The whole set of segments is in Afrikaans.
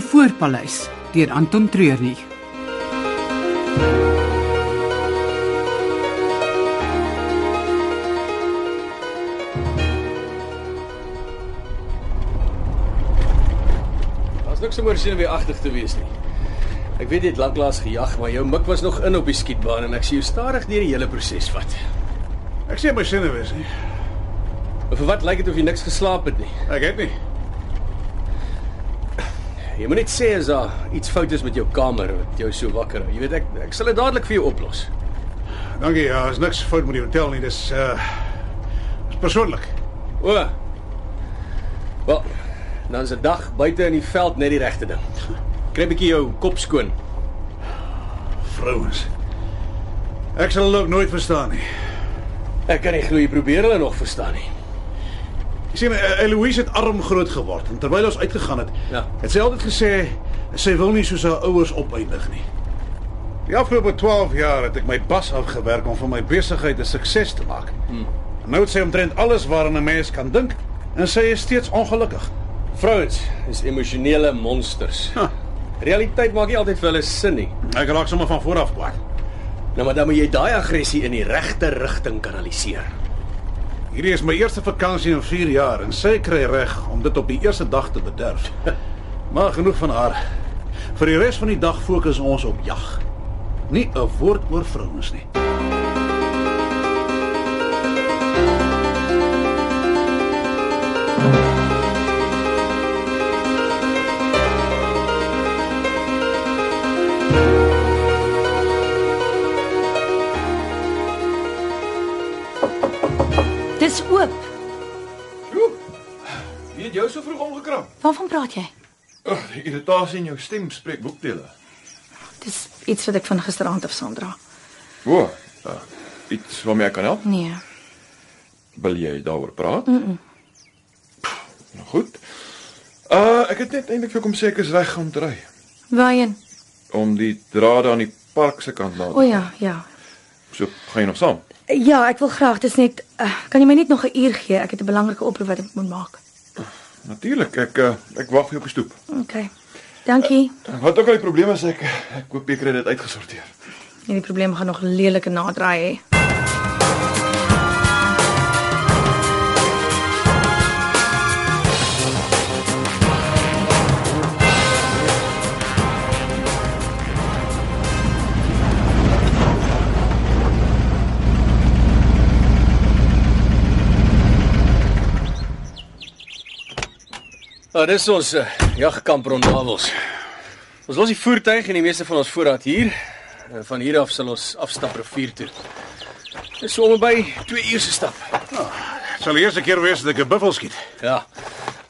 Spoorpaleis deur Anton Treurnig. Daar's niks om oor senuweeagtig te wees nie. Ek weet jy het lanklaas gejag, maar jou mik was nog in op die skietbaan en ek sien jou stadig deur die hele proses vat. Ek sê my sinne wys nie. Maar vir wat lyk dit of jy niks geslaap het nie? Ek het nie. Jy moet net sê as daar iets fout is met jou kamer wat jou so wakker hou. Jy weet ek ek sal dit dadelik vir jou oplos. Dankie, ja, is niks fout met die hotel nie. Dis uh is persoonlik. O. Wel, dan is 'n dag buite in die veld net die regte ding. Kry 'n bietjie jou kop skoon. Vrouens. Ek sal hulle ook nooit verstaan nie. Ek kan nie glo jy probeer hulle nog verstaan nie. Jy sien, eh, Eloise het arm groot geword en terwyl ons uitgegaan het, Ja. het sy altyd gesê sy wil nie soos haar ouers opeindig nie. Die afgelope 12 jaar het ek my bas afgewerk om van my besigheid 'n sukses te maak. Hmm. Nou het sy omtrent alles waaraan 'n mens kan dink en sy is steeds ongelukkig. Vrouens is emosionele monsters. Huh. Realiteit maak nie altyd vir hulle sin nie. Ek raak sommer van vooraf kwaad. Nou maar dan moet jy daai aggressie in die regte rigting kanaliseer. Hierdie is my eerste vakansie in 4 jaar en sy kry reg om dit op die eerste dag te bederf. Maar genoeg van haar. Vir die res van die dag fokus ons op jag. Nie 'n woord oor vrouens nie. Dis oop. Oeh, Wie het jou so vroeg ongekram? Waarvan praat jy? Ag, die irritasie in jou stem spreek boekdele. Dis iets wat ek van gisteraand af saamdra. O, ja, iets waarmee ek kan help. Nee. Wil jy daaroor praat? Mm -mm. Nou goed. Uh, ek het net eintlik vir kom sê ek is reg om te ry. Waarheen? Om die drade aan die park se kant na. O oh, ja, ja. So gaan jy nog saam. Ja, ek wil graag, dis net uh, kan jy my net nog 'n uur gee? Ek het 'n belangrike oproep wat ek moet maak. Natuurlik, ek uh, ek wag vir jou op die stoep. OK. Dankie. Wat ook al die probleme is ek ek hoop jy kry dit uitgesorteer. Hierdie probleem gaan nog lelike nadraai hê. Nou, dis ons uh, jagkamp rond Davos. Ons los die voertuig en die meeste van ons voorraad hier. Uh, van hier af sal ons afstap rivier toe. Dis so om en by 2 uur se stap. Dit sal die eerste keer wees dat ek 'n buffel skiet. Ja.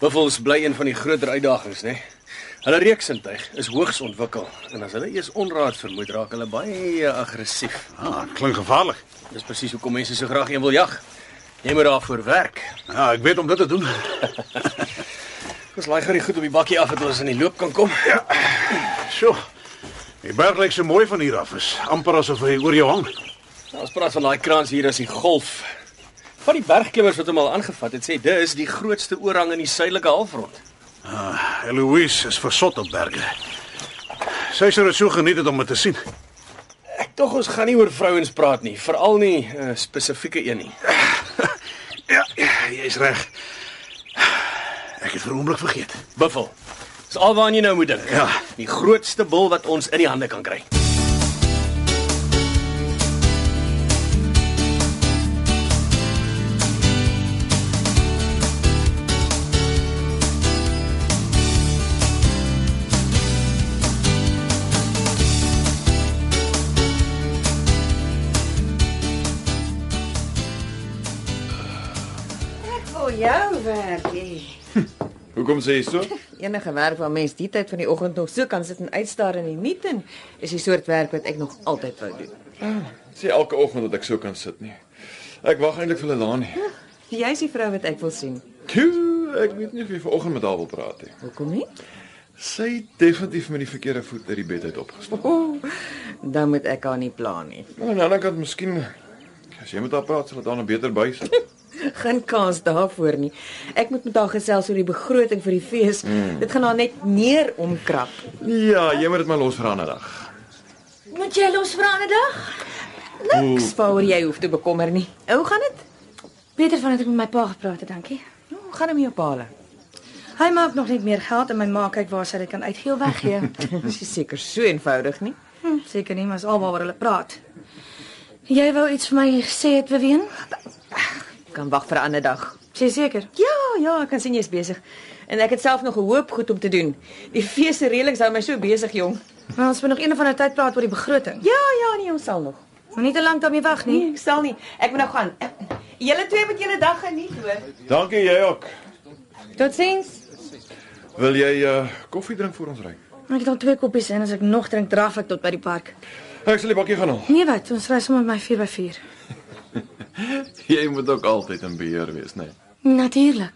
Buffels bly een van die groter uitdagings, né? Hulle reeksintuig is hoogs ontwikkel en as hulle eers onraad vermoed raak hulle baie aggressief. Ah, klink gevaarlik. Dis presies hoekom mense so graag een wil jag. Jy moet daarvoor werk. Ja, ek weet om dit te doen. Ons laai gou die goed op die bakkie af dat ons in die loop kan kom. Ja. Sjoe. Die berg lyk so mooi van hier af. Is amper asof hy oor jou hang. Nou, Ons praat van daai kraans hier as die golf. Van die bergklimmers wat hom al aangevat het, sê dis die grootste oorhang in die suidelike halfrond. Ah, Eloise is versot op berge. Sy sou dit so geniet het om dit te sien. Ek tog ons gaan nie oor vrouens praat nie, veral nie 'n uh, spesifieke een nie. Ja, ja jy's reg. Ek het vir 'n oomblik vergeet. Buffel. Dis alwaar jy nou moet dink. Ja. Die grootste bul wat ons in die hande kan kry. Vir jou ja, werk jy. Hoekom sê jy so? Enige werk waar mens die tyd van die oggend nog so kan sit en uitstaar in die nuut en is die soort werk wat ek nog altyd wou doen. Sê elke oggend dat ek so kan sit nie. Ek wag eintlik vir hulle daar nie. Jy's die vrou wat ek wil sien. Toe, ek weet nie of jy vanoggend met haar wil praat nie. Hoekom nie? Sy het definitief met die verkeerde voet uit die bed uit opgestaan. O, dan moet ek haar nie pla nie. Maar aan die ander kant miskien as jy met haar praat, sal dit haar nou beter bysit. Geen kans daarvoor nie. Ek moet met haar gesels oor die begroting vir die fees. Dit gaan haar net neer omkrap. Ja, jy moet dit maar los vir 'n ander dag. Moet jy los vir 'n ander dag? Niks waaroor jy hoef te bekommer nie. Hoe gaan dit? Beter van dat ek met my pa gepraat het, dankie. Hoe Nou, gaan dit met jou paal? Hy maak nog net meer geld en my ma kyk waar sy dit kan uitgee of weggee. Dit is seker so eenvoudig nie. Hm, Seker nie, maar is alwaar hulle praat. Jy wou iets vir my gesê het, Vivian? Kan wag vir 'n ander dag. Is Jy seker? Ja, ja, ek kan sien jy's besig. En ek het self nog 'n hoop goed om te doen. Die fees se reëlings hou my so besig, jong. Maar ons moet nog een of ander tyd praat oor die begroting. Ja, ja, nee, ons sal nog. Maar nie te lank daarmee weg nie. Nee, ek sal nie. Ek moet nou gaan. Julle twee moet julle dag geniet, hoor. Dankie jy ook. Totsiens. Wil jy uh, koffie drink voor ons ry? Ek het al twee koppies en as ek nog drink, draf ek tot by die park. Ek sal die bakkie gaan haal. Nee, wat? Ons ry sommer met my 4x4. Jy moet ook altyd in beheer wees, né? Nee. Natuurlik.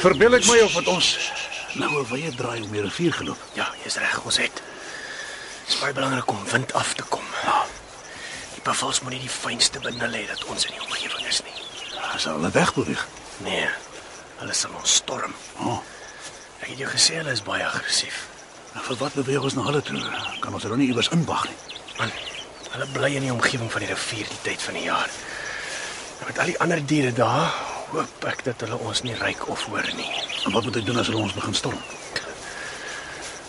Verbeel ek my of wat ons nou 'n wye draai om die rivier geloop. Ja, jy's reg, ons het. Dit is baie belangrik om wind af te kom. Ja. Die buffels moenie die fynste binne lê dat ons in die omgewing is nie. Ja, As hulle wegbeweeg. Nee. Hulle sal ons storm. Oh, Ek het jou gesê hulle is baie aggressief. en vir wat beweeg ons na hulle toe? Kan ons hulle nie iewers inwag nie. Man, hulle bly in die omgewing van die rivier die tyd van die jaar. En met al die ander diere daar, hoop ek dat hulle ons nie ryk of hoor nie. En wat moet ek doen as hulle ons begin storm?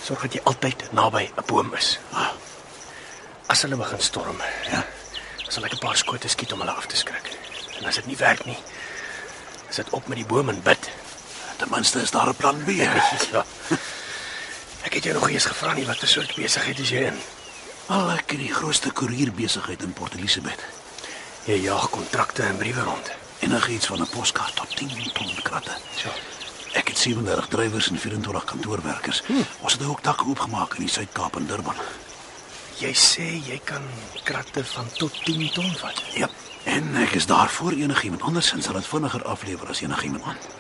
Sorg dat jy altyd naby 'n boom is. Ah. As hulle begin storm, ja, sal ek 'n paar skote skiet om hulle af te skrik. En as dit nie werk nie, is dit op met die boom en bid. Ten minste is daar 'n plan B. Ja. Ek het jou nog eers gevra nie watter soort besigheid is jy in? Al ek in die grootste koerierbesigheid in Port Elizabeth. Jy jaag kontrakte en briewe rond. Enigiets van 'n poskaart tot 10 ton kratte. So. Ek het 37 drywers en 24 kantoorwerkers. Hmm. Ons het ook takke oopgemaak in die Suid-Kaap en Durban. Jy sê jy kan kratte van tot 10 ton vat. Ja. En ek is daarvoor enigiemand andersins sal dit vinniger aflewer as enigiemand anders.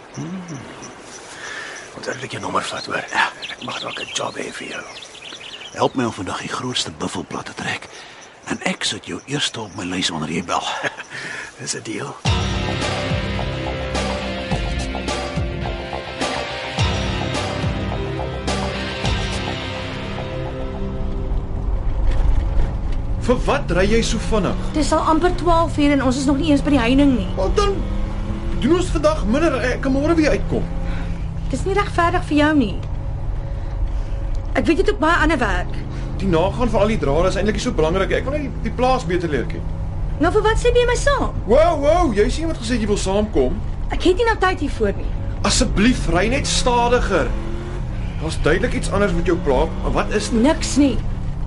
Onthou dat ek jou nommer vat, hoor. Ja, ek mag dalk 'n job hê vir jou. Help my om vandag die grootste buffelplat te trek. En ek sit jou eerste op my lys wanneer jy bel. Is 'n deal. Vir wat ry jy so vinnig? Dit is al amper 12 uur en ons is nog nie eens by die heining nie. Wel dan doen ons vandag minder ek kan môre weer uitkom. Dis nie regverdig vir jou nie. Ek weet jy het ook baie ander werk. Die nagaan van al die drade is eintlik nie so belangrik. Ek wil net die, die plaas beter leer ken. Nou vir wat sê jy my saam? Wow, wow, jy sien wat gesê jy wil saamkom. Ek het nie nou tyd hiervoor nie. Asseblief ry net stadiger. Daar's duidelik iets anders met jou pla. Maar Wat is dit? Niks nie.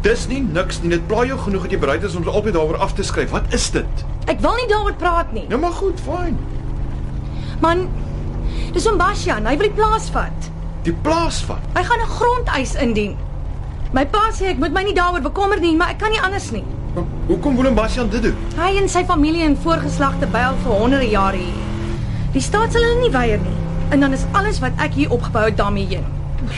Dis nie niks nie. Dit pla jou genoeg dat jy bereid is om altyd daaroor af te skryf. Wat is dit? Ek wil nie daaroor praat nie. Nou maar goed, fyn. Man, dis om Basjan, hy wil die plaas vat. Die plaas vat. Hy gaan 'n grondeis indien. My pa sê ek moet my nie daaroor bekommer nie, maar ek kan nie anders nie. Maar Hoekom wil Basjan dit doen? Hy en sy familie en voorgeslagte by al vir honderde jare hier. Die staat sal hulle nie weier nie. En dan is alles wat ek hier opgebou het daarmee heen.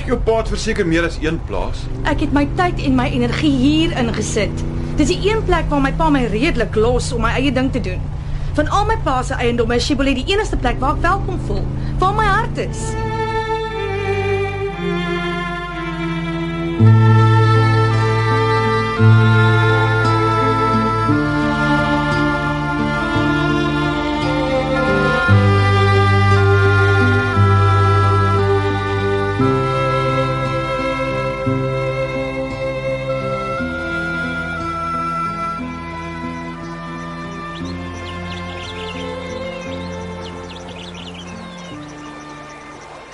Jou pa het verseker meer as een plaas. Ek het my tyd en my energie hier ingesit. Dis die een plek waar my pa my redelik los om my eie ding te doen. Van al my pa se eiendomme is Shibole die enigste plek waar ek welkom voel, waar my hart is.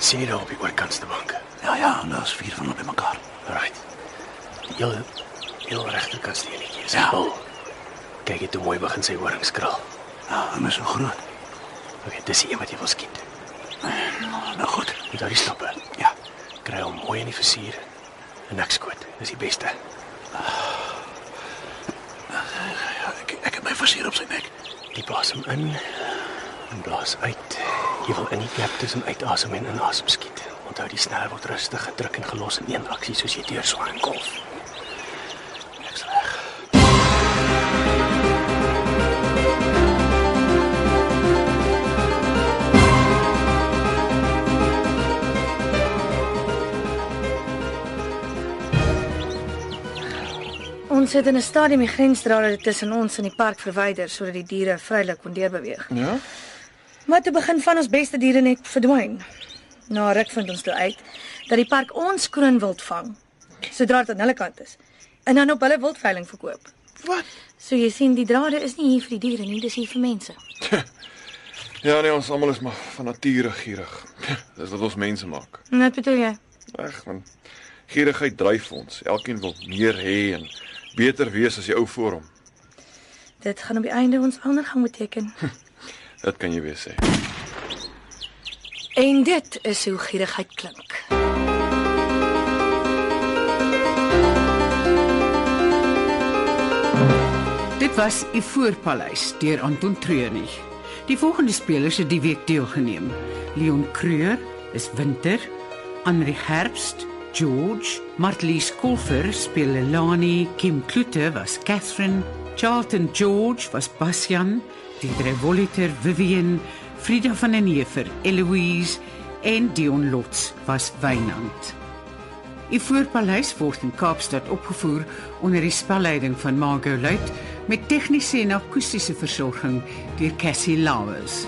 Sien jy daar op die oorkantste bank? Ja ja, en daar's vier van hulle bymekaar. Right. Heel heel regterkant die enetjie is. Ja. bul. Kyk dit hoe mooi begin sy horings kraal. Ja, en is so groot. Okay, dis die een wat jy wil skiet. Nou goed. Met daardie stappe. Ja. Kry hom mooi in die versier. En ek skoot. Dis die beste. Ek ek het my versier op sy nek. Die blaas hom in. en blaas uit. Jy wil in die gap tussen uitasem en inasem skiet. Onthou die snare word rustig gedruk en gelos in een aksie soos jy deur swaai en kolf. Ek's reg. Ons het in 'n stadium die grensdrade tussen ons en die park verwyder sodat die diere vrylik kon deurbeweeg. Ja. Maar te begin van ons beste diere net verdwyn. Na ruk vind ons toe uit dat die park ons kroonwild vang sodra dit aan hulle kant is en dan op hulle wildveiling verkoop. Wat? So jy sien die drade is nie hier vir die diere nie, dis hier vir mense. Ja nee, ons almal is maar van nature gierig. Dis wat ons mense maak. En wat bedoel jy? Reg, want gierigheid dryf ons. Elkeen wil meer hê en beter wees as die ou voor hom. Dit gaan op die einde ons ondergang beteken. Dit kan jy weer sê. en dit is hoe gierigheid klink. Dit was Ivoorpaleis deur Anton Treurnig. Die volgende spelers het die week deelgeneem: Leon Creur is Winter, Anri Herbst, George, Martlies Kolfer speel Lelani, Kim Klute was Catherine, Charlton George was Bastian, Didre Woliter Vivian, Frida van den Heever Eloise en Dion Lots was Wynand. Die voorpaleis word in Kaapstad opgevoer onder die spelleiding van Margot Luit met tegniese en akoestiese versorging deur Cassie Lauers.